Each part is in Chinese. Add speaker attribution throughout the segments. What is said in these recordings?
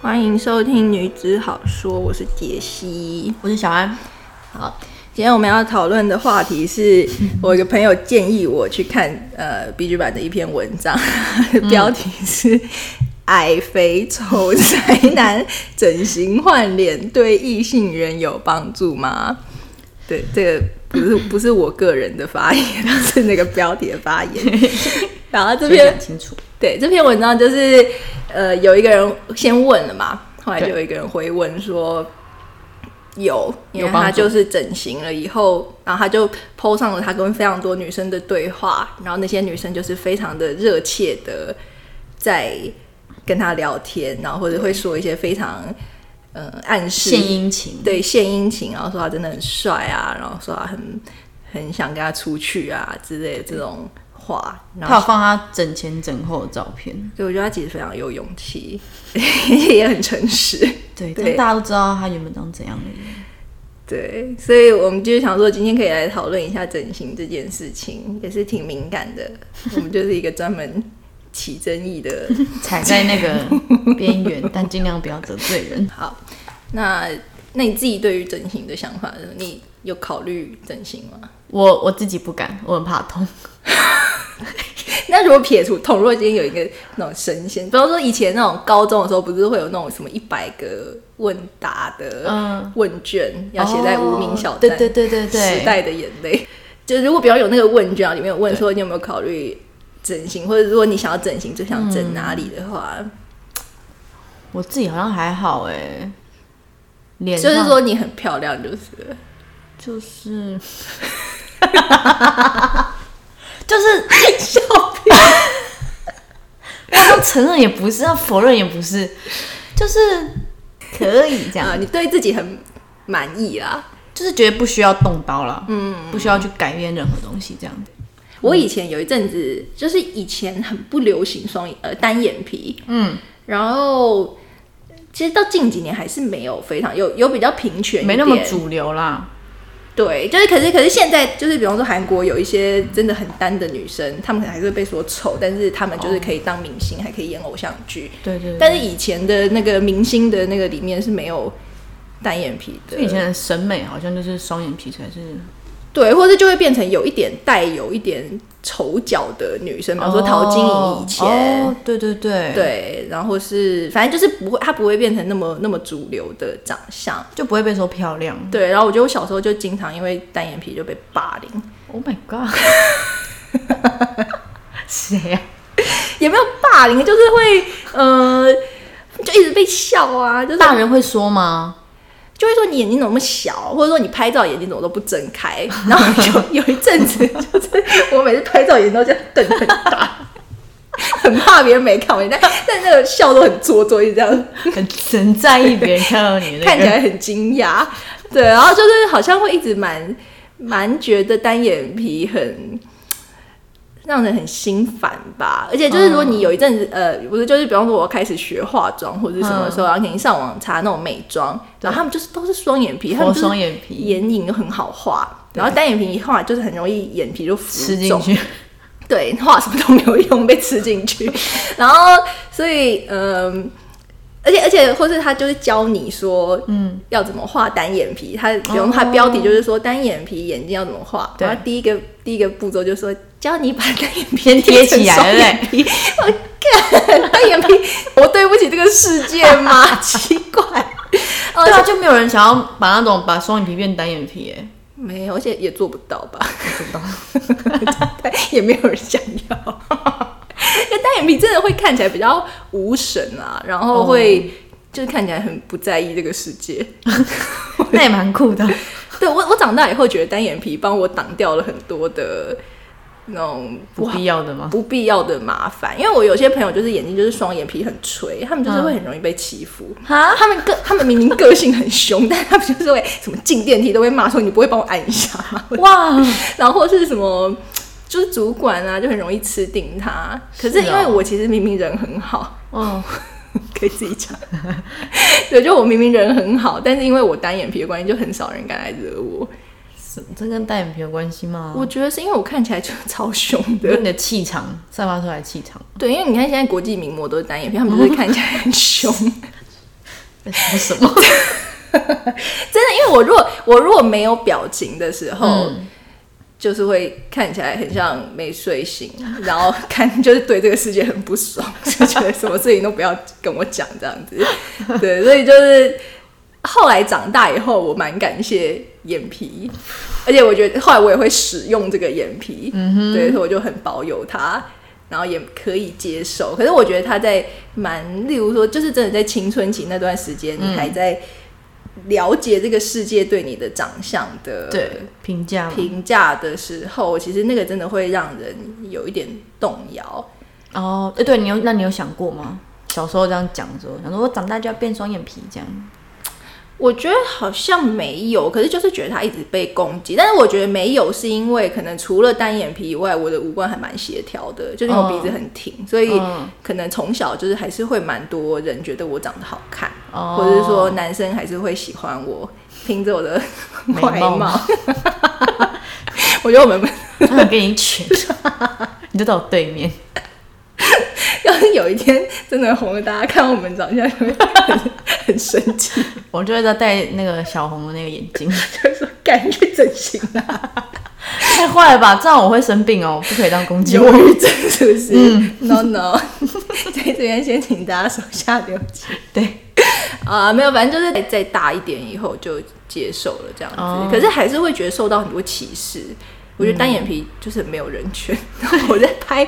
Speaker 1: 欢迎收听《女子好说》，我是杰西。
Speaker 2: 我是小安。
Speaker 1: 好，今天我们要讨论的话题是我一个朋友建议我去看呃 B G 版的一篇文章，标题是“矮肥丑宅男整形换脸对异性人有帮助吗？”对，这个不是不是我个人的发言， 是那个标题的发言。然后这
Speaker 2: 这
Speaker 1: 篇
Speaker 2: 边清楚。
Speaker 1: 对，这篇文章就是呃，有一个人先问了嘛，后来就
Speaker 2: 对
Speaker 1: 有一个人回问说有，因为
Speaker 2: 有帮
Speaker 1: 他
Speaker 2: 助
Speaker 1: 就是整形了以后，然后他就 PO 上了他跟非常多女生的对话，然后那些女生就是非常的热切的在跟他聊天，然后或者会说一些非常呃暗示
Speaker 2: 献殷勤，
Speaker 1: 对献殷勤，然后说他真的很帅啊，然后说他很很想跟他出去啊之类的这种话，然后
Speaker 2: 他有放他整前整后的照片。
Speaker 1: 对，我觉得他其实非常有勇气， 也很诚实。
Speaker 2: 对，
Speaker 1: 对
Speaker 2: 但大家都知道他原本长怎样的 人。
Speaker 1: 对，所以我们就是想说，今天可以来讨论一下整形这件事情，也是挺敏感 的。我们就是一个专门起争议的。
Speaker 2: 踩在那个边缘， 但尽量不要得罪人。
Speaker 1: 好，那那你自己对于整形的想法呢，你有考虑整形吗？
Speaker 2: 我我自己不敢，我很怕痛。
Speaker 1: 那如果撇除倘若今天有一个那种神仙，比方说以前那种高中的时候，不是会有那种什么一百个问答的
Speaker 2: 嗯
Speaker 1: 问卷，要写在无名小站、
Speaker 2: 哦对对对对对
Speaker 1: 时代的眼泪。就如果比方有那个问卷啊，里面有问说你有没有考虑整形，或者如果你想要整形，最想整哪里的话，
Speaker 2: 嗯我自己好像还好哎、脸
Speaker 1: 就
Speaker 2: 上
Speaker 1: 是说你很漂亮，就是了
Speaker 2: 就是，就是
Speaker 1: 笑屁。
Speaker 2: 要承认也不是，要否认也不是，就是可以这样
Speaker 1: 啊，，你对自己很满意啦。
Speaker 2: 就是觉得不需要动刀了，嗯，不需要去改变任何东西这样。
Speaker 1: 我以前有一阵子，就是以前很不流行双眼呃单眼皮，
Speaker 2: 嗯，
Speaker 1: 然后其实到近几年还是没有非常有有比较平权一点，
Speaker 2: 没那么主流啦。
Speaker 1: 对，就是可是可是现在就是比方说韩国有一些真的很单的女生，她们可能还是会被说丑，但是她们
Speaker 2: 哦
Speaker 1: 就是可以当明星，还可以演偶像剧。
Speaker 2: 对对
Speaker 1: 但是以前的那个明星的那个里面是没有单眼皮的，
Speaker 2: 以前的审美好像就是双眼皮才是，
Speaker 1: 对，或者就会变成有一点带有一点丑角的女生，比方说陶晶莹以前，
Speaker 2: 哦，哦对对对，
Speaker 1: 对，然后是反正就是不会，她不会变成那么那么主流的长相。
Speaker 2: 就不会被说漂亮。
Speaker 1: 对，然后我觉得我小时候就经常因为单眼皮就被霸凌，
Speaker 2: Oh my god，谁啊呀、
Speaker 1: 也没有霸凌，就是会呃，就一直被笑啊，就是
Speaker 2: 大人会说吗？
Speaker 1: 就会说你眼睛怎么那么小，或者说你拍照眼睛怎么都不睁开。然后 有有一阵子，就是我每次拍照眼睛都这样瞪很大，很怕别人没看我，但但那个笑都很做作，一直这样
Speaker 2: 很很在意别人看到你的、那个
Speaker 1: 看起来很惊讶，对，然后就是好像会一直蛮蛮觉得单眼皮很让人很心烦吧，而且就是如果你有一阵子、
Speaker 2: 嗯
Speaker 1: 呃，不是就是比方说我开始学化妆或者是什么的时候，然后肯定上网查那种美妆，然后他们就是都是双眼皮，他们
Speaker 2: 佛
Speaker 1: 就是
Speaker 2: 双眼皮
Speaker 1: 眼影又很好画，然后单眼皮一画就是很容易眼皮就浮
Speaker 2: 吃进
Speaker 1: 肿，
Speaker 2: 去，
Speaker 1: 对，画什么都没有用，被吃进去。 然后，所以，嗯，而且而且，或是他就是教你说，嗯，要怎么画单眼皮。他比如他标题就是说单眼皮眼睛要怎么画，
Speaker 2: 对
Speaker 1: 然后第一个第一个步骤就是说教你把单眼皮
Speaker 2: 先贴起 来
Speaker 1: 成双眼皮。我干， 单眼皮，我对不起这个世界吗？ 奇怪，哦而
Speaker 2: 对
Speaker 1: 且
Speaker 2: 啊，就没有人想要把那种把双眼皮变单眼皮、 哎，
Speaker 1: 没有，而且也做不到吧。
Speaker 2: 不知道。
Speaker 1: 但也没有人想要。 因为单眼皮真的会看起来比较无神啊，然后会、
Speaker 2: 哦
Speaker 1: 就是看起来很不在意这个世界。
Speaker 2: 那也蛮酷的。
Speaker 1: 对我，我长大以后觉得单眼皮帮我挡掉了很多的那种
Speaker 2: 不必要的吗？
Speaker 1: 不必要的麻烦，因为我有些朋友就是眼睛就是双眼皮很垂，他们
Speaker 2: 嗯
Speaker 1: 就是会很容易被欺负。
Speaker 2: 哈，
Speaker 1: 他们个他们明明个性很凶， 但他们就是会什么进电梯都会骂说你不会帮我按一下吗？
Speaker 2: 哇，
Speaker 1: 然后是什么，就是主管啊，就很容易吃定他。可是
Speaker 2: 是
Speaker 1: 因
Speaker 2: 哦
Speaker 1: 为我其实明明人很好，
Speaker 2: 嗯，
Speaker 1: 可以自己讲。对，就我明明人很好，但是因为我单眼皮的关系，就很少人敢来惹我。
Speaker 2: 这这跟单眼皮有关系吗？
Speaker 1: 我觉得是因为我看起来就超凶
Speaker 2: 跟
Speaker 1: 的。
Speaker 2: 你的气场散发出来的气场，
Speaker 1: 对，因为你看现在国际名模都是单眼皮，他们就是看起来很凶。
Speaker 2: 什么什 么？
Speaker 1: 真的，因为我如果我如果没有表情的时候，就是会看起来很像没睡醒， 然后看就是对这个世界很不爽， 就觉得什么事情都不要跟我讲这样子。对，所以就是后来长大以后，我蛮感谢眼皮，而且我觉得后来我也会使用这个眼皮，嗯、对，所以我就很保有它。然后也可以接受，可是我觉得他在蛮，例如说，就是真的在青春期那段时间，你还在了解这个世界对你的长相的
Speaker 2: 对，评价嘛
Speaker 1: 评价的时候，其实那个真的会让人有一点动摇。
Speaker 2: 哦，哎，对你有那你有想过吗？小时候这样讲说，想说我长大就要变双眼皮这样。
Speaker 1: 我觉得好像没有，可是就是觉得他一直被攻击。但是我觉得没有，是因为可能除了单眼皮以外，我的五官还蛮协调的，就是因为我鼻子很挺，所以
Speaker 2: 嗯
Speaker 1: 可能从小就是还是会蛮多人觉得我长得好看，
Speaker 2: 哦
Speaker 1: 或者是说男生还是会喜欢我，凭着我的
Speaker 2: 美貌
Speaker 1: 外貌。 我觉得我们
Speaker 2: 我想给你一 拳，你就到我对面。
Speaker 1: 要是有一天真的红了，大家看我们长相 就会很很生气，
Speaker 2: 我就会在戴那个小红的那个眼镜，
Speaker 1: 就说赶紧去整形啊，
Speaker 2: 太坏了吧！这样我会生病哦，不可以当攻击
Speaker 1: 忧
Speaker 2: 我。
Speaker 1: 郁症是不是、n o No，在这边先请大家手下留情
Speaker 2: 对，
Speaker 1: 啊、没有，反正就是再大一点以后就接受了这样子，
Speaker 2: 哦
Speaker 1: 可是还是会觉得受到很多歧视。我觉得单眼皮就是很没有人权。我在拍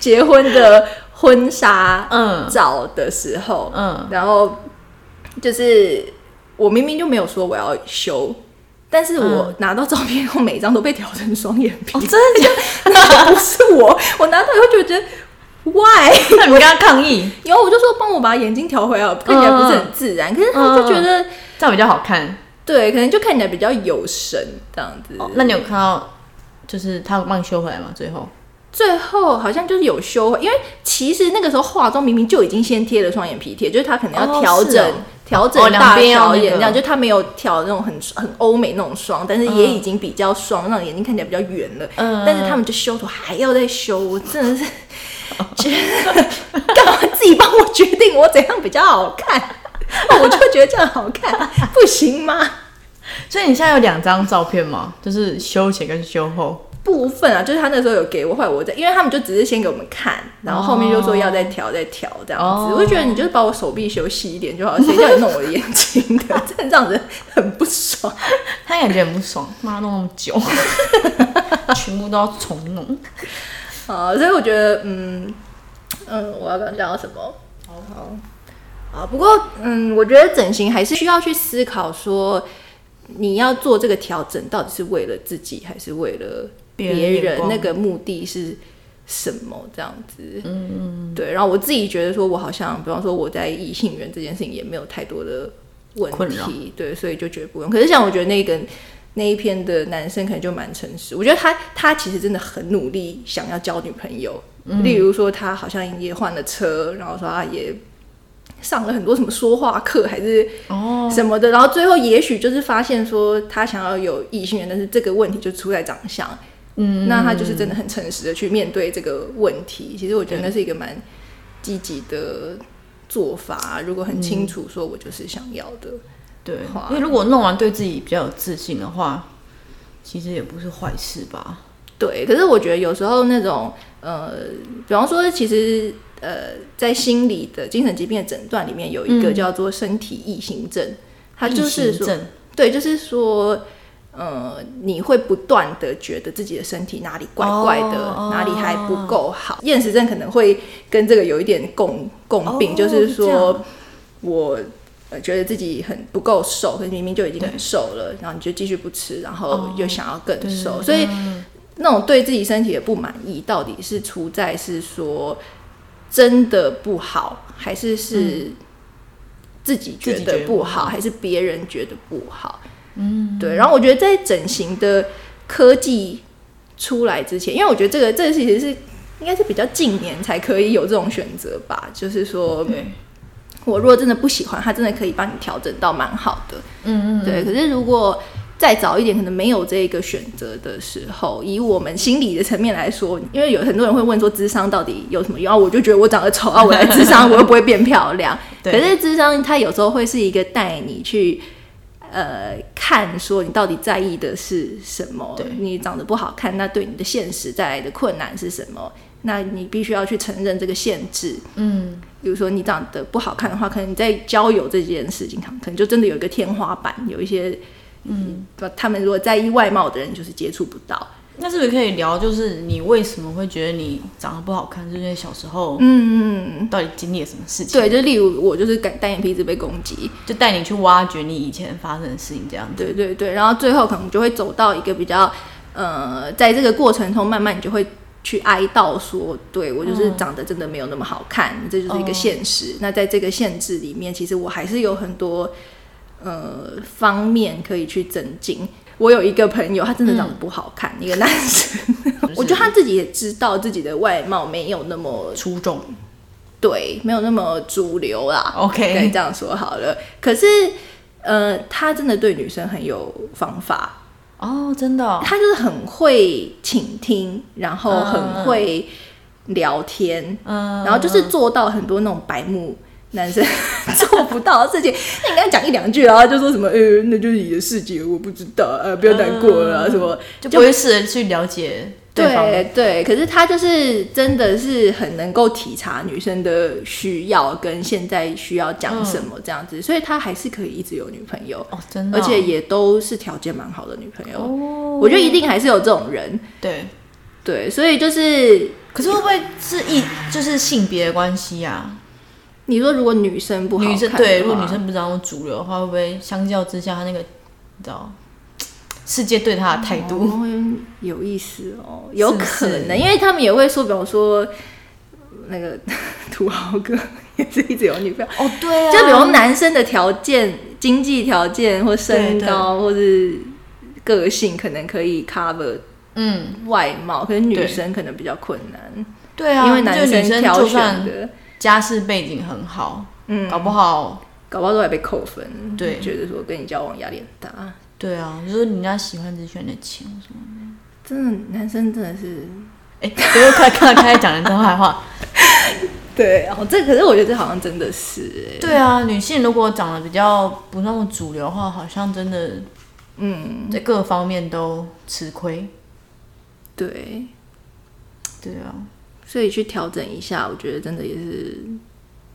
Speaker 1: 结婚的婚纱，
Speaker 2: 嗯
Speaker 1: 照的时候，
Speaker 2: 嗯
Speaker 1: 然后就是我明明就没有说我要修，但是我拿到照片后，每一张都被调成双眼皮，
Speaker 2: 嗯哦，真 的假的？
Speaker 1: 那不是我，我拿到以后就觉得 why，
Speaker 2: 那你们跟他抗议，
Speaker 1: 然后我就说帮我把眼睛调回来，看起来不是很自
Speaker 2: 嗯
Speaker 1: 然，可是他们就觉得。
Speaker 2: 这样比较好看。
Speaker 1: 对，可能就看起来比较有神这样子。
Speaker 2: 哦那你有看到就是他帮你修回来吗？最后
Speaker 1: 最后好像就是有修，因为其实那个时候化妆明明就已经先贴了双眼皮贴，就是他可能要
Speaker 2: 哦
Speaker 1: 调
Speaker 2: 是
Speaker 1: 整、
Speaker 2: 哦
Speaker 1: 调
Speaker 2: 哦
Speaker 1: 整
Speaker 2: 两
Speaker 1: 大
Speaker 2: 边要
Speaker 1: 小
Speaker 2: 那
Speaker 1: 眼
Speaker 2: 个
Speaker 1: 这样，就他没有调那种很很欧美那种霜，但是也已经比较霜，让眼睛看起来比较圆了。
Speaker 2: 嗯
Speaker 1: 但是他们就修图还要再修，我真 的是觉得干嘛自己帮我决定我怎样比较好看？ 哦我就觉得这样好看，不行吗？
Speaker 2: 所以你现在有两张照片吗？就是修前跟修后。
Speaker 1: 部分啊，就是他那时候有给我，后来我在，因为他们就只是先给我们看，然后后面就说要再调再调这样子，
Speaker 2: 哦
Speaker 1: 我就觉得你就是把我手臂修细一点就好，谁叫你弄我的眼睛的， 真的让人很不爽。
Speaker 2: 他感觉很不爽，妈弄那么 久，全部都要重弄。
Speaker 1: 啊，所以我觉得，嗯嗯，我要刚讲到什么？好好啊，不过嗯，我觉得整形还是需要去思考说，你要做这个调整到底是为了自己还是为了
Speaker 2: 别人
Speaker 1: 别
Speaker 2: 眼
Speaker 1: 人，
Speaker 2: 光
Speaker 1: 那个目的是什么？这样子，嗯嗯，对。然后我自己觉得说，我好像，比方说我在异性缘这件事情也没有太多的问
Speaker 2: 困扰
Speaker 1: 题，对，所以就觉得不用。可是像我觉得那个那一篇的男生可能就蛮诚实，我觉得他他其实真的很努力想要交女朋友，
Speaker 2: 嗯
Speaker 1: 例如说他好像也换了车，然后说他也上了很多什么说话课还是
Speaker 2: 哦，
Speaker 1: 什么的，然后最后也许就是发现说他想要有异性缘，但是这个问题就出在长相，嗯，那他就是真的很诚实的去面对这个问题。其实我觉得那是一个蛮积极的做法，如果很清楚说我就是想要的，
Speaker 2: 对
Speaker 1: 话，
Speaker 2: 因为如果弄完对自己比较有自信的话，其实也不是坏事吧？
Speaker 1: 对，可是我觉得有时候那种呃，比方说，其实呃，在心理的精神疾病的诊断里面有一个叫做身体异形症，它就是
Speaker 2: 异
Speaker 1: 说
Speaker 2: 形，症
Speaker 1: 对，就是说。呃，你会不断的觉得自己的身体哪里怪怪的，
Speaker 2: 哦
Speaker 1: 哪里还不够好。厌食症可能会跟这个有一点共共病，
Speaker 2: 哦
Speaker 1: 就是
Speaker 2: 这样
Speaker 1: 说我呃觉得自己很不够瘦，可是明明就已经很瘦了，然后你就继续不吃，然后
Speaker 2: 哦
Speaker 1: 又想要更瘦，所
Speaker 2: 嗯
Speaker 1: 以那种对自己身体的不满意，到底是出在是说真的不好，还是是自己觉
Speaker 2: 嗯自己觉
Speaker 1: 得
Speaker 2: 得
Speaker 1: 不
Speaker 2: 不
Speaker 1: 好，还是别人觉得不好？嗯，对。然后我觉得在整形的科技出来之前，因为我觉得这个这个其实是应该是比较近年才可以有这种选择吧，就是说，
Speaker 2: 对，
Speaker 1: 我如果真的不喜欢，它真的可以帮你调整到蛮好的。
Speaker 2: 嗯嗯，
Speaker 1: 对，可是如果再早一点可能没有这个选择的时候，以我们心理的层面来说，因为有很多人会问说，智商到底有什么用？啊，我就觉得我长得丑啊，我来智商我又不会变漂亮。可
Speaker 2: 对
Speaker 1: 是智商它有时候会是一个带你去。呃，看说你到底在意的是什么？
Speaker 2: 对
Speaker 1: 你长得不好看，那对你的现实带来的困难是什么？那你必须要去承认这个限制。
Speaker 2: 嗯，
Speaker 1: 比如说你长得不好看的话，可能你在交友这件事情上，可能就真的有一个天花板，有一些，嗯，他们如果在意外貌的人，就是接触不到。
Speaker 2: 那是不是可以聊，就是你为什么会觉得你长得不好看？就是因为小时候
Speaker 1: 嗯，嗯嗯
Speaker 2: 到底经历了什么事情？
Speaker 1: 对，就例如我就是单单眼皮一直被攻击，
Speaker 2: 就带你去挖掘你以前发生的事情，这样子。
Speaker 1: 对对对，然后最后可能就会走到一个比较，呃，在这个过程中，慢慢你就会去哀悼说，对我就是
Speaker 2: 嗯
Speaker 1: 长得真的没有那么好看，这就是一
Speaker 2: 哦
Speaker 1: 个现实。那在这个限制里面，其实我还是有很多呃方面可以去增进。我有一个朋友，他真的长得
Speaker 2: 嗯
Speaker 1: 不好看，一个男生， 我觉得他自己也知道自己的外貌没有那么
Speaker 2: 出众。
Speaker 1: 对，没有那么主流啦。
Speaker 2: OK
Speaker 1: 可以这样说好了。可是，呃，他真的对女生很有方法，
Speaker 2: 哦，真的哦、
Speaker 1: 他就是很会倾听，然后很会聊天，
Speaker 2: 嗯
Speaker 1: 然后就是做到很多那种白目。男生 做不到的事情，那你跟他讲一两句，然后就说什么，呃、那就是你的事情，我不知道，呃，不要难过了、
Speaker 2: 嗯
Speaker 1: 啊，什么，
Speaker 2: 就不会试着去了解对方。
Speaker 1: 对对，可是他就是真的是很能够体察女生的需要跟现在需要讲什么这
Speaker 2: 嗯
Speaker 1: 样子，所以他还是可以一直有女朋友，
Speaker 2: 哦，真的哦、
Speaker 1: 而且也都是条件蛮好的女朋友。
Speaker 2: 哦，
Speaker 1: 我觉得一定还是有这种人，
Speaker 2: 对。
Speaker 1: 对，所以就是
Speaker 2: 可是会不会是一就是性别的关系啊？
Speaker 1: 你说如果女生不好看
Speaker 2: 女生
Speaker 1: 的
Speaker 2: 对，如果
Speaker 1: 话
Speaker 2: 女生不知道用主流的话，会不会相较之下，她那个你知道世界对她的态度？
Speaker 1: 哦，有意思哦，有
Speaker 2: 是不
Speaker 1: 可
Speaker 2: 是
Speaker 1: 能，因为他们也会说，比方说那个 土豪哥 也是一直有女朋友。
Speaker 2: 哦，对啊，
Speaker 1: 就比如男生的条件、经济条件或身高或是个性，可能可以 cover
Speaker 2: 嗯，
Speaker 1: 外貌，可是女生可能比较困难，
Speaker 2: 对啊，
Speaker 1: 因为男
Speaker 2: 就女生
Speaker 1: 挑
Speaker 2: 就
Speaker 1: 选
Speaker 2: 算
Speaker 1: 的，
Speaker 2: 家世背景很好，
Speaker 1: 嗯，
Speaker 2: 搞不好
Speaker 1: 搞不好都还被扣分，
Speaker 2: 对
Speaker 1: 觉得说跟你交往压力很大。
Speaker 2: 对啊，就是人家喜欢只选你的钱或什么。
Speaker 1: 真的，男生真的是
Speaker 2: 哎，不要快看开始讲人真坏 话。
Speaker 1: 对哦，这可是我觉得这好像真的是，哎
Speaker 2: 对啊，女性如果长得比较不那么主流的话，好像真的
Speaker 1: 嗯，
Speaker 2: 在各方面都吃亏。
Speaker 1: 对，
Speaker 2: 对啊，
Speaker 1: 所以去调整一下，我觉得真的也是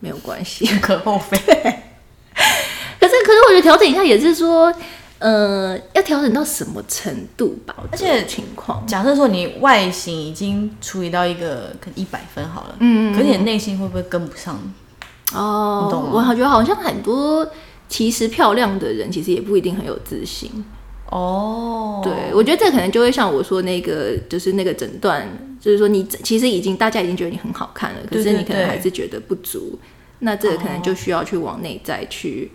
Speaker 1: 没有关系。
Speaker 2: 无可厚非。
Speaker 1: 可是，可是我觉得调整一下也是说，呃，要调整到什么程度吧？我觉得
Speaker 2: 而且
Speaker 1: 情况，
Speaker 2: 假设说你外形已经处理到一个可能一百分好了，
Speaker 1: 嗯
Speaker 2: 可是你的内心会不会跟不上？
Speaker 1: 哦
Speaker 2: 你懂吗
Speaker 1: 我好觉得好像很多其实漂亮的人，其实也不一定很有自信。
Speaker 2: 哦，
Speaker 1: 对，我觉得这可能就会像我说那个，就是那个诊断，就是说你其实已经大家已经觉得你很好看了，可
Speaker 2: 对
Speaker 1: 是
Speaker 2: 对
Speaker 1: 你可能
Speaker 2: 对
Speaker 1: 还是觉得不足。那这个可能就需要去往内在去。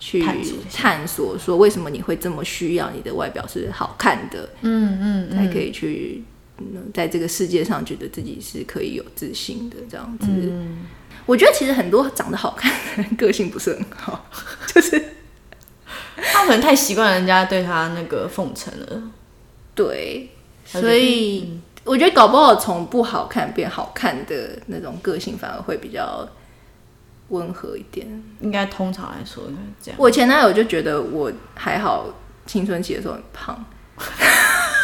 Speaker 1: 去
Speaker 2: 探索一下
Speaker 1: 探索，说为什么你会这么需要你的外表是好看的？
Speaker 2: 嗯嗯
Speaker 1: 才可以去、嗯、在这个世界上觉得自己是可以有自信的这样子。我觉得其实很多长得好看的人 个性不是很好，就是
Speaker 2: 他可能太习惯人家对他那个奉承了。
Speaker 1: 对，
Speaker 2: 了解
Speaker 1: 所以、我觉得搞不好从不好看变好看的那种个性反而会比较温和一点。
Speaker 2: 应该通常来说应该是这样，
Speaker 1: 我前男友就觉得我还好，青春期的时候很胖。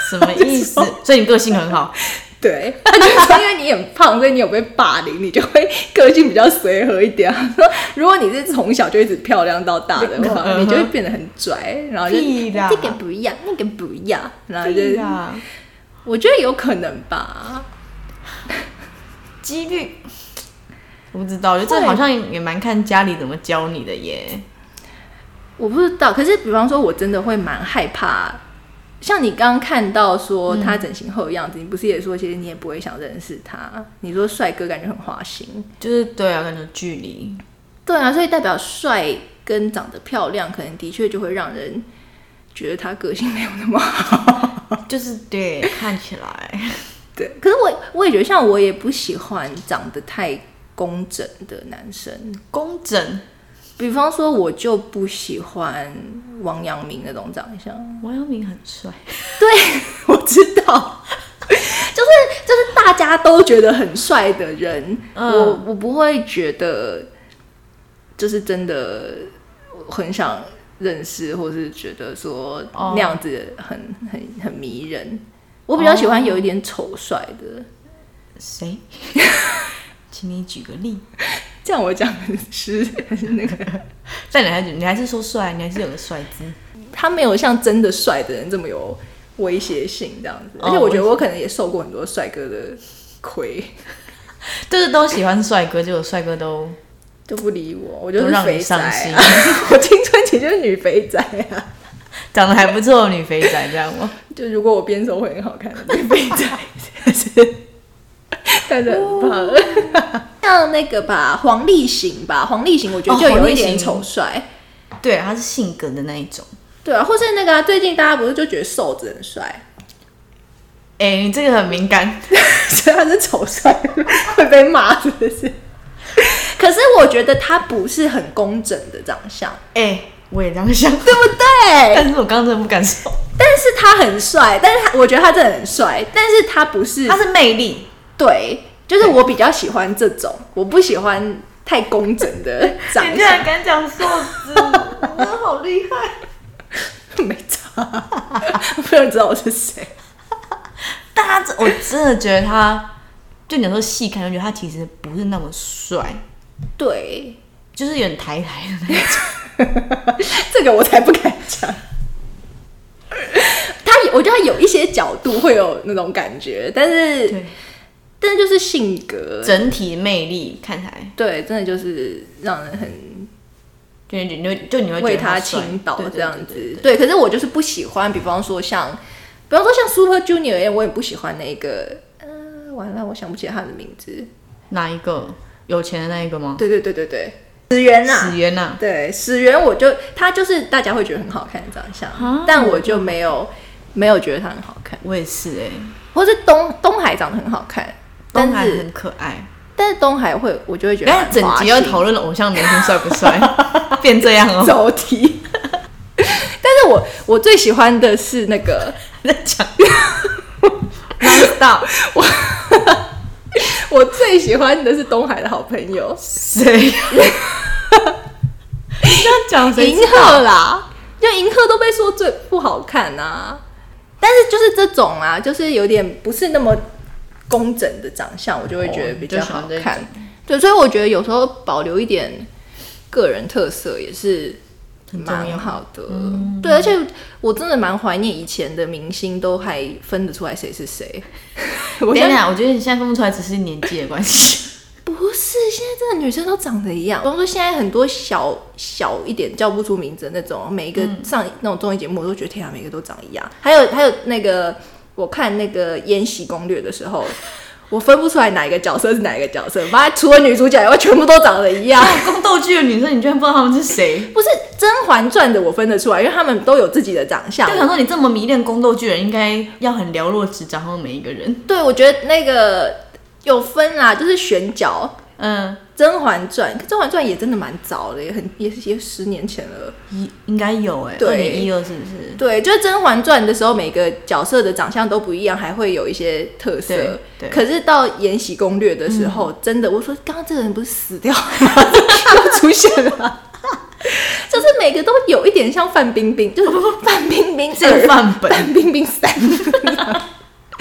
Speaker 2: 什么意 思？所以你个性很好，
Speaker 1: 对，他就说因为你很胖，所以你有被霸凌，你就会个性比较随和一点。他 说，如果你是从小就一直漂亮到大的 话，
Speaker 2: 嗯哼
Speaker 1: 你就会变得很拽，然后就哎
Speaker 2: 屁啦
Speaker 1: 这个不要，那个不要，然后就
Speaker 2: 对 啊，
Speaker 1: 我觉得有可能吧。
Speaker 2: 几率。我不知道，我觉得这好像也蛮看家里怎么教你的耶。
Speaker 1: 我不知道，可是比方说，我真的会蛮害怕。像你刚刚看到说他整形后的样子，你不是也说，其实你也不会想认识他。你说帅哥感觉很花心，
Speaker 2: 就是对啊，感觉距 离
Speaker 1: 对啊，所以代表帅跟长得漂亮，可能的确就会让人觉得他个性没有那么好。
Speaker 2: 就是对，看起来
Speaker 1: 对，可是我我也觉得，像我也不喜欢长得太工整的男生。
Speaker 2: 工整，
Speaker 1: 比方说，我就不喜欢王阳明那种长相。
Speaker 2: 王阳明很帅，
Speaker 1: 对， 我知道，就是就是大家都觉得很帅的人，
Speaker 2: 嗯
Speaker 1: 我我不会觉得，就是真的很想认识，或是觉得说
Speaker 2: 哦
Speaker 1: 那样子很、很很迷人。我比较喜欢有一点丑帅的，
Speaker 2: 哦谁？ 请你举个例。
Speaker 1: 这样我讲的是那个
Speaker 2: 但你还你还是说帅，你还是有个帅字。
Speaker 1: 他没有像真的帅的人这么有威胁性这样子，
Speaker 2: 哦
Speaker 1: 而且我觉得我可能也受过很多帅哥的亏，
Speaker 2: 就是都喜欢帅哥，结果帅哥都
Speaker 1: 都不理我，我就是
Speaker 2: 都让你
Speaker 1: 肥宅、
Speaker 2: 伤心
Speaker 1: 啊， 我青春期就是女肥宅啊，
Speaker 2: 长得还不错，女肥仔这样吗？
Speaker 1: 就如果我变瘦会很好看的女肥宅，但是但是很胖。哦像那个吧，黄立行吧，黄立行我觉得
Speaker 2: 哦
Speaker 1: 就有一
Speaker 2: 黄立
Speaker 1: 点
Speaker 2: 行
Speaker 1: 丑帅，
Speaker 2: 对，他是性格的那一种。
Speaker 1: 对啊，或是那个、啊、最近大家不是就觉得瘦子很帅，
Speaker 2: 哎、你这个很敏感。
Speaker 1: 所以他是丑帅，会被骂，真的是。可是我觉得他不是很工整的长相，
Speaker 2: 哎、我也这样想，
Speaker 1: 对不对？
Speaker 2: 但是我刚刚真的不敢说。
Speaker 1: 但是他很帅，但是他我觉得他真的很帅，但是他不是
Speaker 2: 他是魅力，
Speaker 1: 对，就是我比较喜欢这种，我不喜欢太工整的长
Speaker 2: 你居然
Speaker 1: 相，
Speaker 2: 敢讲瘦 子，真的好厉害。
Speaker 1: 没差， 没有人知道我是谁。
Speaker 2: 大家真，我真的觉得他，就你有时候细看，就觉得他其实不是那么帅，
Speaker 1: 对，
Speaker 2: 就是有点抬抬的那种。
Speaker 1: 这个我才不敢讲。他有，我觉得他有一些角度会有那种感觉，但是
Speaker 2: 对，
Speaker 1: 但是就是性格，
Speaker 2: 整体魅力看起来，
Speaker 1: 对，真的就是让人很
Speaker 2: 就你就就你会觉得
Speaker 1: 为他
Speaker 2: 帅
Speaker 1: 倾倒
Speaker 2: 对对
Speaker 1: 这样
Speaker 2: 对对对
Speaker 1: 子。对，可是我就是不喜欢，比方说像，比方说像 Super Junior 一样，我也不喜欢那个，呃，完了，我想不起来他的名字。
Speaker 2: 哪一个有钱的那一个吗？啊
Speaker 1: 对对对对对，始源
Speaker 2: 史源呐，
Speaker 1: 对始源，我就他就是大家会觉得很好看的长
Speaker 2: 啊
Speaker 1: 相，但我就没有没有觉得他很好看，
Speaker 2: 我也是哎、
Speaker 1: 或是东东海长得很好看，但
Speaker 2: 东海
Speaker 1: 是
Speaker 2: 很可爱。
Speaker 1: 但是东海会我就会觉得
Speaker 2: 然后
Speaker 1: 蛮
Speaker 2: 整
Speaker 1: 花
Speaker 2: 集要
Speaker 1: 心
Speaker 2: 讨论偶像明星帅不帅， 变这样 哦。
Speaker 1: 走题。 但是我我最喜欢的是那个，
Speaker 2: 在讲，non
Speaker 1: 我最喜欢的是东海的好朋 友
Speaker 2: 谁？这样讲谁
Speaker 1: 银
Speaker 2: 知道？
Speaker 1: 赫啦，就银赫都被说最不好看啊。但是就是这种啊，就是有点不是那么工整的长相，我就会觉得比较好
Speaker 2: 哦你就喜欢
Speaker 1: 看。对，所以我觉得有时候保留一点个人特色也是
Speaker 2: 很重要嗯
Speaker 1: 蛮好的。对，而且我真的蛮怀念以前的明星，都还分得出来谁是谁。 我
Speaker 2: 等
Speaker 1: 现
Speaker 2: 一
Speaker 1: 在
Speaker 2: 下，我觉得你现在分不出来，只是年纪的关 系。
Speaker 1: 不是，现在真的女生都长得一样。比方说，现在很多小小一点叫不出名字的那种，每一个上那种综艺节目，我都觉得天啊，每个都长一样。还有还有那个，我看那个《延禧攻略》的时候，我分不出来哪一个角色是哪一个角色，妈，除了女主角以外，全部都长得一样。
Speaker 2: 啊宫斗剧的女生，你居然不知道她们是谁？
Speaker 1: 不是《甄嬛传》的，我分得出来，因为他们都有自己的长相
Speaker 2: 就。想说你这么迷恋宫斗剧的人，应该要很寥落指掌，他们每一个人。
Speaker 1: 对，我觉得那个有分啦，就是选角。
Speaker 2: 嗯，
Speaker 1: 《甄嬛传》，《甄嬛传》也真的蛮早的，也很也是也十年前了。
Speaker 2: 一应该有哎、欸，二
Speaker 1: 对
Speaker 2: 零一二是不 是？
Speaker 1: 对，就是《甄嬛传》的时候，每个角色的长相都不一样，还会有一些特色
Speaker 2: 对。对嗯
Speaker 1: 可是到《延禧攻略》的时候，真的，我说刚刚这个人不是死掉 了吗？又出现了。就是每个都有一点像范冰冰，就是 范冰冰
Speaker 2: 这个
Speaker 1: 二
Speaker 2: 范本
Speaker 1: 范冰冰三。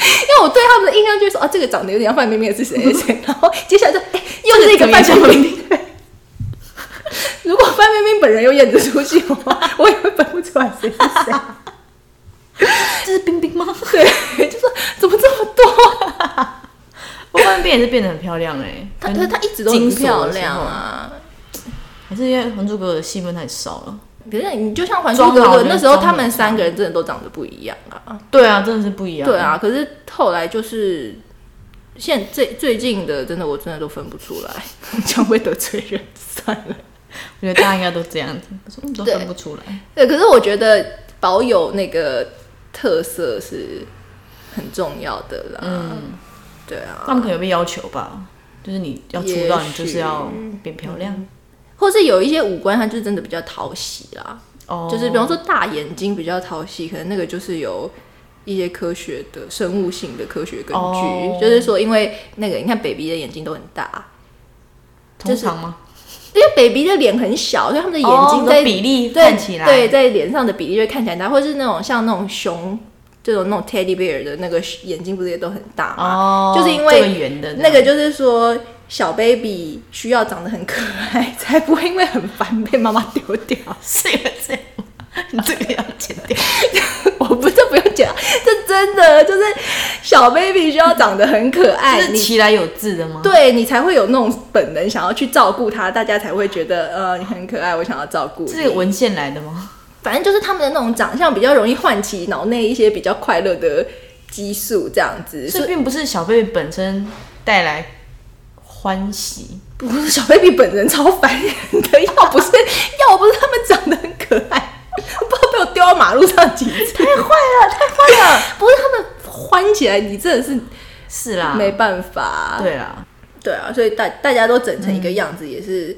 Speaker 1: 因为我对他们的印象就是说，啊，这个长得有点像范冰冰的是谁谁谁，然后接下来就，哎、又是一个范
Speaker 2: 这个
Speaker 1: 冰
Speaker 2: 长得
Speaker 1: 冰。如果范冰冰本人有演这出戏的话，我也会分不出来谁是 谁。
Speaker 2: 这是冰冰吗？
Speaker 1: 对，就说怎么这么多、啊？
Speaker 2: 我发现变也是变得很漂亮哎、欸，
Speaker 1: 她
Speaker 2: 跟
Speaker 1: 可是她一直都很
Speaker 2: 金锁的
Speaker 1: 漂亮
Speaker 2: 时候
Speaker 1: 啊。
Speaker 2: 还是因为《还珠格格》的戏份太少了。
Speaker 1: 可是你就像《还珠格
Speaker 2: 妆
Speaker 1: 格
Speaker 2: 好》
Speaker 1: 那时候，
Speaker 2: 就是
Speaker 1: 他
Speaker 2: 妆
Speaker 1: 们
Speaker 2: 很
Speaker 1: 三个人真的都长得不一样啊。
Speaker 2: 对啊，真的是不一样。
Speaker 1: 对，啊，可是后来就是现最最近的，真的我真的都分不出来， 这样会得罪人，算了。
Speaker 2: 我觉得大家应该都这样子，可是我们都
Speaker 1: 对
Speaker 2: 分不出来。
Speaker 1: 对，可是我觉得保有那个特色是很重要的啦。嗯，对啊。嗯
Speaker 2: 他们可能有被要求吧，就是你要出道，你就是要变漂亮。
Speaker 1: 或是有一些五官它就真的比较讨喜啦，
Speaker 2: 哦
Speaker 1: 就是比方说大眼睛比较讨喜，可能那个就是有一些科学的生物性的科学根据，
Speaker 2: 哦
Speaker 1: 就是说因为那个你看 baby 的眼睛都很大，
Speaker 2: 通常吗？
Speaker 1: 因为 baby 的脸很小，所以他们的眼睛
Speaker 2: 哦
Speaker 1: 在、
Speaker 2: 你说比例
Speaker 1: 对
Speaker 2: 看起来，
Speaker 1: 对，在脸上的比例就会看起来很大，或者是那种像那种熊这种那种 teddy bear 的那个眼睛不是也都很大吗？
Speaker 2: 哦，
Speaker 1: 就是因为
Speaker 2: 这个圆的
Speaker 1: 那个就是说，小 baby 需要长得很可爱， 才不会因为很烦被妈妈丢掉。
Speaker 2: 是有这样吗，你这个要剪 掉。
Speaker 1: 我不这不用讲，这真的就是小 baby 需要长得很可爱，
Speaker 2: 是
Speaker 1: 哎你
Speaker 2: 起来有字的吗？
Speaker 1: 对你才会有那种本能想要去照顾他，大家才会觉得呃你很可爱，我想要照顾你。
Speaker 2: 这是文献来的吗？
Speaker 1: 反正就是他们的那种长相比较容易唤起脑内一些比较快乐的激素，这样子。所
Speaker 2: 这
Speaker 1: 以
Speaker 2: 并不是小贝贝本身带来欢喜，
Speaker 1: 不是小 baby 本人超烦人的，要不是 要不是他们长得很可爱，不知道被我丢到马路上几次。太坏了，太坏了！不是他们欢起来，你真的是
Speaker 2: 是啦，
Speaker 1: 没办法。
Speaker 2: 对啦，
Speaker 1: 对啊，所以大大家都整成一个样子，也是、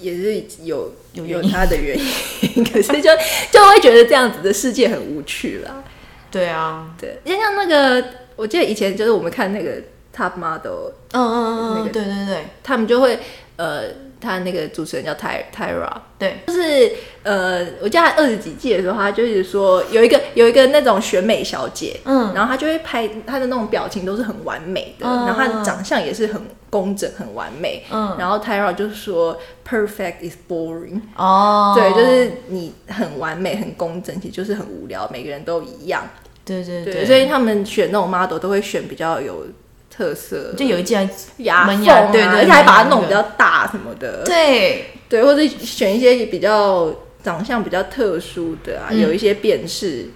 Speaker 1: 也是有
Speaker 2: 有
Speaker 1: 嗯有
Speaker 2: 原
Speaker 1: 他的原因， 可是就就会觉得这样子的世界很无趣啦。
Speaker 2: 对啊，
Speaker 1: 对，就像那个，我记得以前就是我们看那个 Top Model，
Speaker 2: 嗯嗯
Speaker 1: 那
Speaker 2: 嗯
Speaker 1: 个
Speaker 2: 嗯，对对对
Speaker 1: 他们就会呃，他那个主持人叫 Ty Tyra，
Speaker 2: 对，
Speaker 1: 就是呃，我记得他二十几季的时候，他就是说有一个有一个那种选美小姐，
Speaker 2: 嗯
Speaker 1: 然后她就会拍她的那种表情都是很完美的，
Speaker 2: 嗯
Speaker 1: 然后她的长相也是很工整、很完美。
Speaker 2: 嗯
Speaker 1: 然后 Tyra 就说 “Perfect is boring”，、
Speaker 2: 哦，
Speaker 1: 对，就是你很完美、很工整，其实就是很无聊，每个人都一样。
Speaker 2: 对对
Speaker 1: 对，所以他们选那种 model 都会选比较有特色，
Speaker 2: 就有一季还
Speaker 1: 牙
Speaker 2: 门
Speaker 1: 缝
Speaker 2: 牙
Speaker 1: 啊，
Speaker 2: 对对，
Speaker 1: 而且还把它弄
Speaker 2: 门牙那个
Speaker 1: 比较大什么的，
Speaker 2: 对，
Speaker 1: 对，或者选一些比较长相比较特殊的啊，
Speaker 2: 嗯
Speaker 1: 有一些辨识。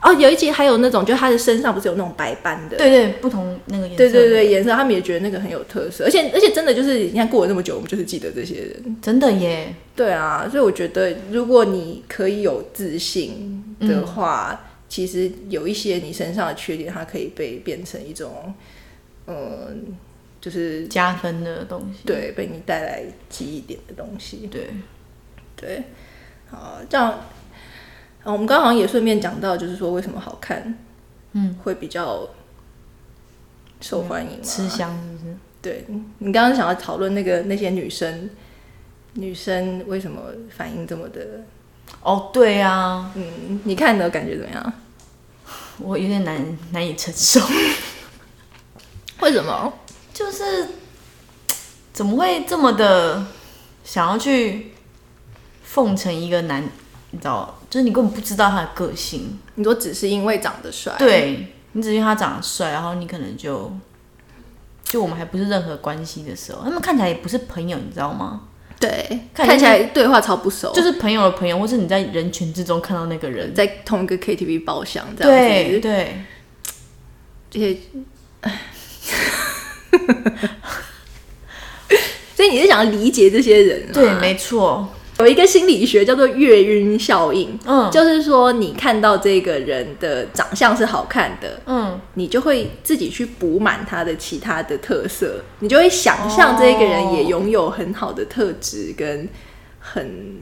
Speaker 1: 哦，有一集还有那种，就是他的身上不是有那种白斑的，
Speaker 2: 对对，不同那个颜色，
Speaker 1: 对对，对，颜色他们也觉得那个很有特色，而且而且真的就是你看过了那么久，我们就是记得这些人，
Speaker 2: 真的耶，
Speaker 1: 对啊，所以我觉得如果你可以有自信的话，其实有一些你身上的缺点，它可以被变成一种，嗯、就是
Speaker 2: 加分的东西，
Speaker 1: 对啊被你带来记忆点的东西，
Speaker 2: 对，
Speaker 1: 对，好，这样，啊，我们刚刚好像也顺便讲到，就是说为什么好看，
Speaker 2: 嗯，
Speaker 1: 会比较受欢迎嘛？
Speaker 2: 吃香是不是？
Speaker 1: 对你刚刚想要讨论那个那些女生，女生为什么反应这么的？
Speaker 2: 哦，对啊，
Speaker 1: 嗯，你看的感觉怎么样？
Speaker 2: 我有点难难以承受。
Speaker 1: 为什么？
Speaker 2: 就是怎么会这么的想要去奉承一个男，你知道，就是你根本不知道他的个性，
Speaker 1: 你说只是因为长得帅？，
Speaker 2: 对你只是因为他长得帅，然后你可能就就我们还不是任何关系的时候，他们看起来也不是朋友，你知道吗？
Speaker 1: 对，
Speaker 2: 看
Speaker 1: 看起来对话超不熟，
Speaker 2: 就是朋友的朋友，或是你在人群之中看到那个人，
Speaker 1: 在同一个 KTV 包厢这样子，
Speaker 2: 对对，
Speaker 1: 这些， 所以你是想要理解这些人吗？
Speaker 2: 对，啊没错，
Speaker 1: 有一个心理学叫做月晕效应，
Speaker 2: 嗯
Speaker 1: 就是说你看到这个人的长相是好看的，
Speaker 2: 嗯，
Speaker 1: 你就会自己去补满他的其他的特色，你就会想象这个人也拥有很好的特质跟很。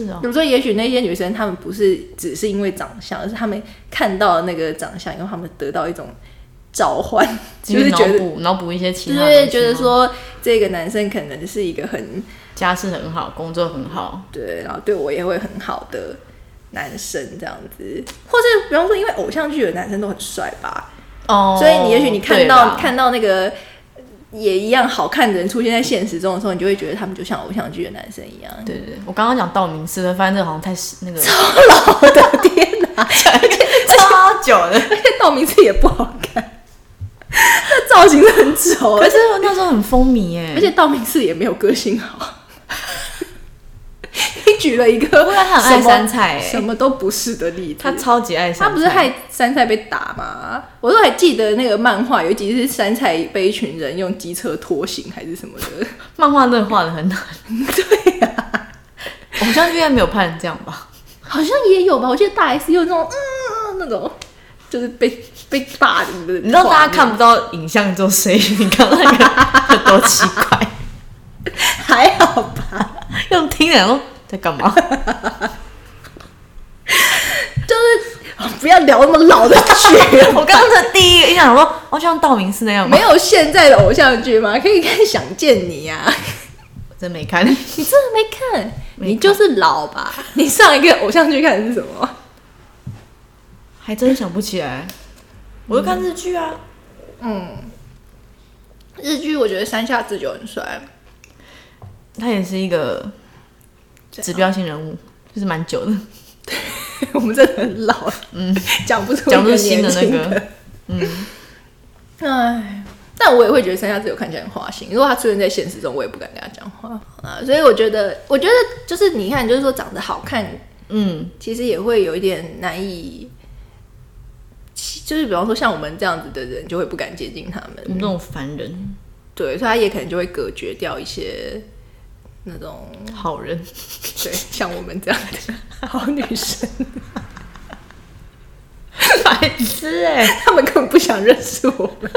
Speaker 2: 是哦
Speaker 1: 比如说，也许那些女生她们不是只是因为长相，而是她们看到那个长相以后，她们得到一种召唤，就
Speaker 2: 就是是脑
Speaker 1: 觉得，
Speaker 2: 补脑补一些其
Speaker 1: 就
Speaker 2: 他的东西吗，
Speaker 1: 是觉得说这个男生可能是一个很
Speaker 2: 家世很好，工作很好，
Speaker 1: 对，然后对我也会很好的男生这样子，或是比方说，因为偶像剧的男生都很帅吧，
Speaker 2: 哦，
Speaker 1: 所以你也许你看
Speaker 2: 对
Speaker 1: 到
Speaker 2: 啦
Speaker 1: 看到那个也一样好看的人出现在现实中的时候，你就会觉得他们就像偶像剧的男生一样。
Speaker 2: 对对，对我刚刚讲道明寺，发现这个好像太那 个
Speaker 1: 我的天哪，
Speaker 2: 超久了。
Speaker 1: 而且 道明寺也不好看， 那造型是很丑，
Speaker 2: 可是 我那时候很风靡耶，
Speaker 1: 而且道明寺也没有个性好。 你举了一个
Speaker 2: 过他很爱
Speaker 1: 什么
Speaker 2: 杉菜欸
Speaker 1: 什么都不是的例子。
Speaker 2: 他超级爱
Speaker 1: 他
Speaker 2: 山菜，
Speaker 1: 不是害杉菜被打吗？我都还记得那个漫画，有一集是杉菜被一群人用机车拖行还是什么的，
Speaker 2: 漫画真的画的很难。对呀，偶像剧应该没有拍成这样吧？
Speaker 1: 好像也有吧？我记得大 S 有那种嗯那种，就是被被霸凌的。
Speaker 2: 你知道大家看不到影 像之后，所以你看到那个很多奇怪。
Speaker 1: 还好吧？
Speaker 2: 用听的说在干嘛？
Speaker 1: 啊不要聊那么老的 剧
Speaker 2: ，我刚刚的第一个印象想说，哦，就像道明寺那样 吗
Speaker 1: 没？有现在的偶像剧吗？可以看《想见你》啊，
Speaker 2: 我真没看，
Speaker 1: 你真的没看？你就是老吧？ 你上一个偶像剧看的是什么？
Speaker 2: 还真想不起来。我就看日剧啊，
Speaker 1: 日剧我觉得山下智久很帅，
Speaker 2: 他也是一个指标性人物，就是蛮久的，
Speaker 1: 我们真的很老，嗯， 讲不出
Speaker 2: 讲不
Speaker 1: 一个
Speaker 2: 出新的
Speaker 1: 年
Speaker 2: 那
Speaker 1: 轻
Speaker 2: 个。嗯
Speaker 1: 唉，但我也会觉得山下智久看起来很花心。如果他出现在现实中，我也不敢跟他讲话啊。所以我觉得，我觉得就是你看，就是说长得好看，
Speaker 2: 嗯，
Speaker 1: 其实也会有一点难以，其就是比方说像我们这样子的人，就会不敢接近他
Speaker 2: 我
Speaker 1: 们。
Speaker 2: 们这种凡人、
Speaker 1: 对，所以他也可能就会隔绝掉一些那种
Speaker 2: 好人，
Speaker 1: 对像我们这样的 好女生，
Speaker 2: 白痴哎、
Speaker 1: 他们根本不想认识我 们。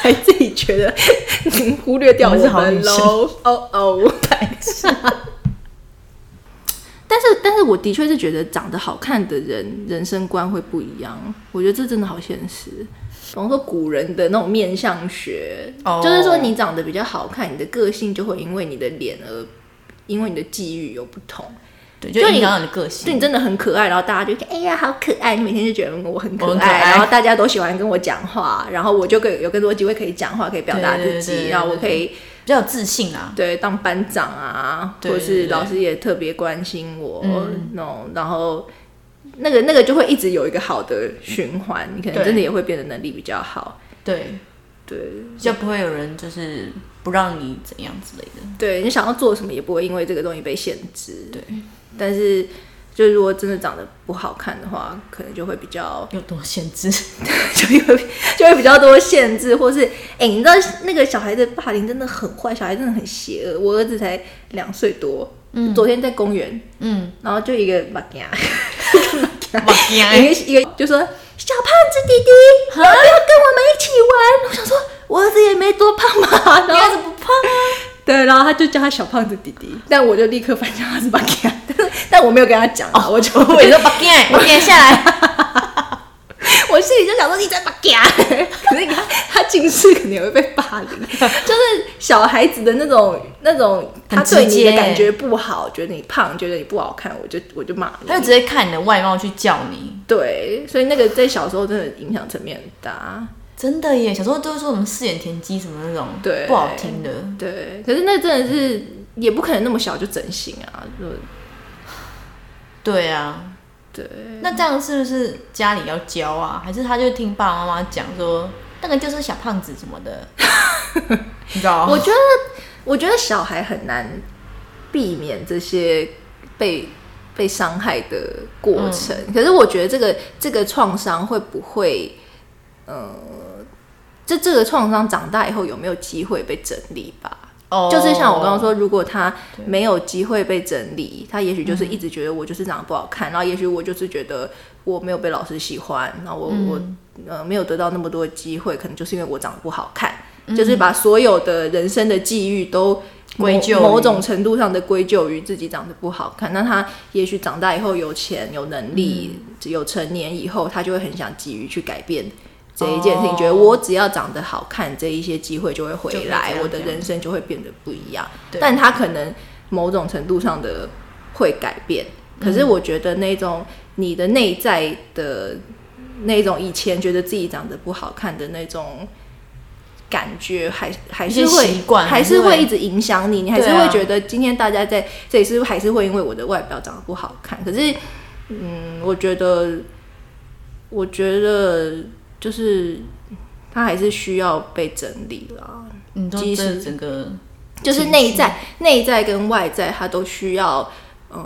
Speaker 1: 还自己觉得嗯忽略掉
Speaker 2: 我
Speaker 1: 我
Speaker 2: 们是好
Speaker 1: 们
Speaker 2: 女生
Speaker 1: 喽，哦哦， 但是，但是我的确是觉得长得好看的人人生观会不一样。我觉得这真的好现实。比方说古人的那种面相学
Speaker 2: 哦
Speaker 1: 就是说你长得比较好看，你的个性就会因为你的脸而，因为你的际遇有不同。
Speaker 2: 对，就
Speaker 1: 就你
Speaker 2: 影响到你的个
Speaker 1: 就你
Speaker 2: 性。
Speaker 1: 真的很可爱，然后大家就觉得哎呀好可爱，你每天就觉得嗯我很可爱，
Speaker 2: 我很可爱
Speaker 1: 然后大家都喜欢跟我讲话，然后我就更有更多机会可以讲话，可以表达自己，
Speaker 2: 对对对对
Speaker 1: 然后我可以
Speaker 2: 比较有自信啊，
Speaker 1: 对，当班长啊，
Speaker 2: 对
Speaker 1: 或
Speaker 2: 对
Speaker 1: 是
Speaker 2: 对
Speaker 1: 老师也特别关心我、
Speaker 2: 嗯
Speaker 1: 那种，然后那个那个就会一直有一个好的循环，你可能
Speaker 2: 对
Speaker 1: 真的也会变得能力比较好。
Speaker 2: 对，
Speaker 1: 对
Speaker 2: 比较不会有人就是不让你怎样之类的。
Speaker 1: 对，你想要做什么也不会因为这个东西被限制。
Speaker 2: 对，
Speaker 1: 但是就如果真的长得不好看的话，可能就会比较
Speaker 2: 有多限 制？
Speaker 1: 就有就会比较多限制，或是哎、诶你知道那个小孩的霸凌真的很坏，小孩真的很邪恶。我儿子才两岁多，昨天在公园，
Speaker 2: 嗯，
Speaker 1: 然后就一个马 甲，
Speaker 2: 哇
Speaker 1: 一个一个就说小胖子弟弟，要不要跟我们一起玩？我想说，我儿子也没多胖嘛，然后
Speaker 2: 不胖啊？
Speaker 1: 对，然后他就叫他小胖子弟弟，但我就立刻反向他是马甲，但是但我没有跟他讲
Speaker 2: 哦
Speaker 1: 啊，我就
Speaker 2: 我哎也说不 干，我点下来。
Speaker 1: 我心里就想说你在把架，可是你看他近视肯定也会被霸 凌，就是小孩子的那种那种，他
Speaker 2: 很直接
Speaker 1: 对你的感觉不好，觉得你胖，觉得你不好看，我就我就骂你
Speaker 2: 他。就直接看你的外貌去叫你，
Speaker 1: 对，所以那个在小时候真的影响层面很大。
Speaker 2: 真的耶！小时候都是说我们四眼田鸡什么那种，
Speaker 1: 对
Speaker 2: 不好听的。
Speaker 1: 对，可是那真的是也不可能那么小就整形啊，就
Speaker 2: 对啊，
Speaker 1: 对。
Speaker 2: 那这样是不是家里要教啊？还是他就听爸爸妈妈讲说那个就是小胖子什么的？ 你知道啊
Speaker 1: 我
Speaker 2: 吗？
Speaker 1: 觉得，我觉得小孩很难避免这些被被伤害的过程。可是我觉得这个这个创伤会不会，呃，这这个创伤长大以后有没有机会被整理吧？
Speaker 2: 哦
Speaker 1: 就是像我刚刚，说，如果他没有机会被整理，他也许就是
Speaker 2: 嗯
Speaker 1: 一直觉得我就是长得不好看，然后也许我就是觉得我没有被老师喜欢，然后我、
Speaker 2: 嗯
Speaker 1: 我呃没有得到那么多的机会，可能就是因为我长得不好看，就是把所有的人生的际遇都。
Speaker 2: 嗯归咎于
Speaker 1: 某某种程度上的归咎于自己长得不好看，那他也许长大以后有钱、有能力、
Speaker 2: 嗯
Speaker 1: 有成年以后，他就会很想急于去改变这一件事情，
Speaker 2: 哦
Speaker 1: 觉得我只要长得好看，这一些机会就会回
Speaker 2: 就会
Speaker 1: 回来
Speaker 2: 这，样
Speaker 1: 我的
Speaker 2: 这样
Speaker 1: 人生就会变得不一样。
Speaker 2: 对
Speaker 1: 但他可能某种程度上的会改变，可
Speaker 2: 嗯
Speaker 1: 是我觉得那种你的内在的那种以前觉得自己长得不好看的那种。感觉还还是
Speaker 2: 一
Speaker 1: 会
Speaker 2: 些习惯
Speaker 1: 还是会一直影响你，你还是
Speaker 2: 对啊
Speaker 1: 会觉得今天大家在这里是不是还是会因为我的外表长得不好看？可是，嗯，我觉得，我觉得就是他还是需要被整理啦。
Speaker 2: 哦你说
Speaker 1: 即
Speaker 2: 这
Speaker 1: 使
Speaker 2: 整个
Speaker 1: 就是内在、内在跟外在，它都需要呃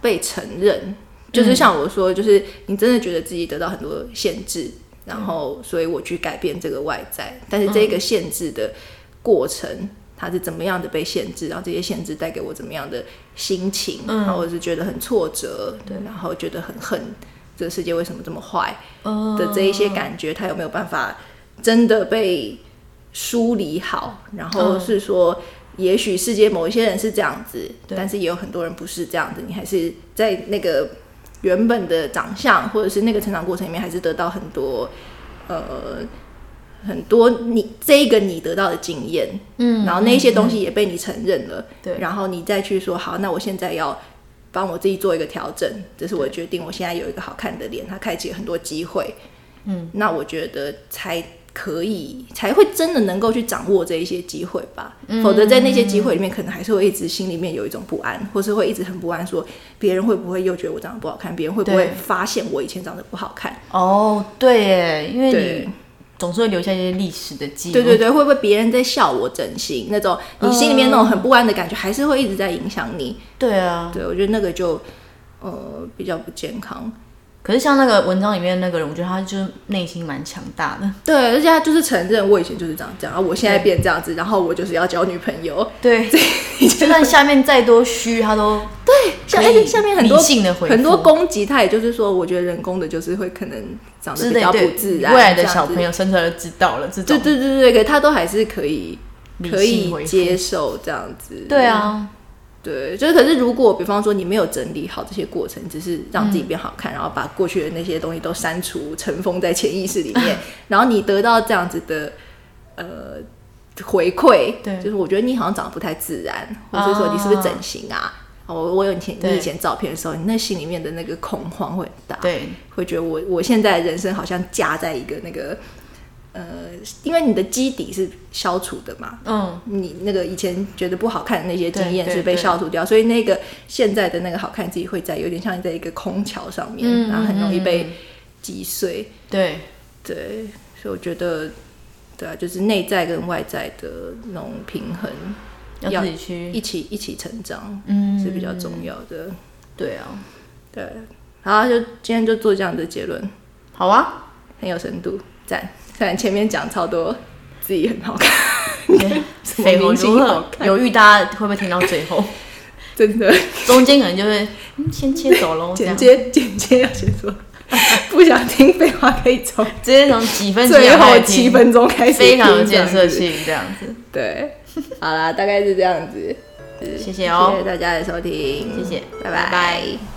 Speaker 1: 被承认。就是像我说，就是你真的觉得自己得到很多限制，然后所以我去改变这个外在，但是这个限制的过程，它是怎么样的被限制，然后这些限制带给我怎么样的心情，然后我是觉得很挫折，对，然后觉得很恨这个世界为什么这么坏，
Speaker 2: 呃
Speaker 1: 的这一些感觉，他有没有办法真的被梳理好？然后是说，也许世界某一些人是这样子，
Speaker 2: 对
Speaker 1: 但是也有很多人不是这样子。你还是在那个原本的长相或者是那个成长过程里面，还是得到很多呃很多你这一个你得到的经验，
Speaker 2: 嗯
Speaker 1: 然后那一些东西也被你承认了，
Speaker 2: 对
Speaker 1: 然后你再去说好，那我现在要帮我自己做一个调整，这是我决定，我现在有一个好看的脸，它开启了很多机会，
Speaker 2: 嗯，
Speaker 1: 那我觉得才可以才会真的能够去掌握这一些机会吧，
Speaker 2: 嗯
Speaker 1: 否则在那些机会里面，可能还是会一直心里面有一种不安，或是会一直很不安说，别人会不会又觉得我长得不好看，别人会不会
Speaker 2: 对
Speaker 1: 发现我以前长得不好看，
Speaker 2: 哦，对耶，因为
Speaker 1: 对
Speaker 2: 你总是会留下一些历史的记忆。
Speaker 1: 对对对，会不会别人在笑我整形那种，
Speaker 2: 哦
Speaker 1: 你心里面那种很不安的感觉，还是会一直在影响你。
Speaker 2: 对啊，
Speaker 1: 对，我觉得那个就呃比较不健康。
Speaker 2: 可是像那个文章里面那个人，我觉得他就是内心蛮强大的。
Speaker 1: 对，而且他就是承认我以前就是长这样，啊我现在变这样
Speaker 2: 嗯
Speaker 1: 子，然后我就是要交女朋 友。
Speaker 2: 对，
Speaker 1: 你
Speaker 2: 就算下面再多虚，他都
Speaker 1: 像
Speaker 2: 可以
Speaker 1: 而且下面很多
Speaker 2: 理性地回复
Speaker 1: 很多攻击，他也就是说，我觉得人工的就是会可能长得
Speaker 2: 之
Speaker 1: 比
Speaker 2: 类
Speaker 1: 较
Speaker 2: 对
Speaker 1: 不自然。
Speaker 2: 未来
Speaker 1: 这
Speaker 2: 的
Speaker 1: 样
Speaker 2: 小
Speaker 1: 子
Speaker 2: 朋，友生出来就知道了这种
Speaker 1: 对。对对对，可他都还是可以
Speaker 2: 理性
Speaker 1: 可以
Speaker 2: 回复
Speaker 1: 接受这样子。
Speaker 2: 对啊，
Speaker 1: 对，就是可是如果比方说你没有整理好这些过程，只是让
Speaker 2: 嗯
Speaker 1: 自己变好看，然后把过去的那些东西都删除、尘封在潜意识里 面，然后你得到这样子的呃回馈，
Speaker 2: 对
Speaker 1: 就是我觉得你好像长得不太自然，或者是说你是不是整形啊？哦，我有以前
Speaker 2: 对
Speaker 1: 你以前照片的时候，你那心里面的那个恐慌会很大，
Speaker 2: 对
Speaker 1: 会觉得我我现在人生好像架在一个那个呃，因为你的基底是消除的嘛，
Speaker 2: 嗯，
Speaker 1: 你那个以前觉得不好看的那些经验
Speaker 2: 对对
Speaker 1: 是被
Speaker 2: 对
Speaker 1: 消除掉，所以那个现在的那个好看自己会在有点像在一个空桥上面，
Speaker 2: 嗯
Speaker 1: 然后很容易
Speaker 2: 嗯
Speaker 1: 被击碎。
Speaker 2: 对，
Speaker 1: 对，所以我觉得，对啊，就是内在跟外在的那种平衡，
Speaker 2: 要
Speaker 1: 要
Speaker 2: 自己去。
Speaker 1: 一起一起成长
Speaker 2: 嗯，
Speaker 1: 是比较重要的。
Speaker 2: 对啊，
Speaker 1: 对，好，就今天就做这样的结论，
Speaker 2: 好啊，
Speaker 1: 很有深度，赞。虽然前面讲超多自己很好看， 什么
Speaker 2: 绯闻
Speaker 1: 明
Speaker 2: 如
Speaker 1: 星好
Speaker 2: 何？犹豫大家会不会听到最 后？
Speaker 1: 真的。
Speaker 2: 中间可能就会嗯先切走喽，这
Speaker 1: 剪
Speaker 2: 样
Speaker 1: 接剪接要先 说，不想听废话可以从
Speaker 2: 直接从几分几
Speaker 1: 最
Speaker 2: 秒开
Speaker 1: 后
Speaker 2: 始
Speaker 1: 七
Speaker 2: 听，
Speaker 1: 分钟开始，
Speaker 2: 非常有建设。性，这样子，
Speaker 1: 对，好啦，大概是这样子。
Speaker 2: 谢谢哦
Speaker 1: 谢谢大家的收听，
Speaker 2: 谢谢，
Speaker 1: 拜
Speaker 2: 拜拜
Speaker 1: 拜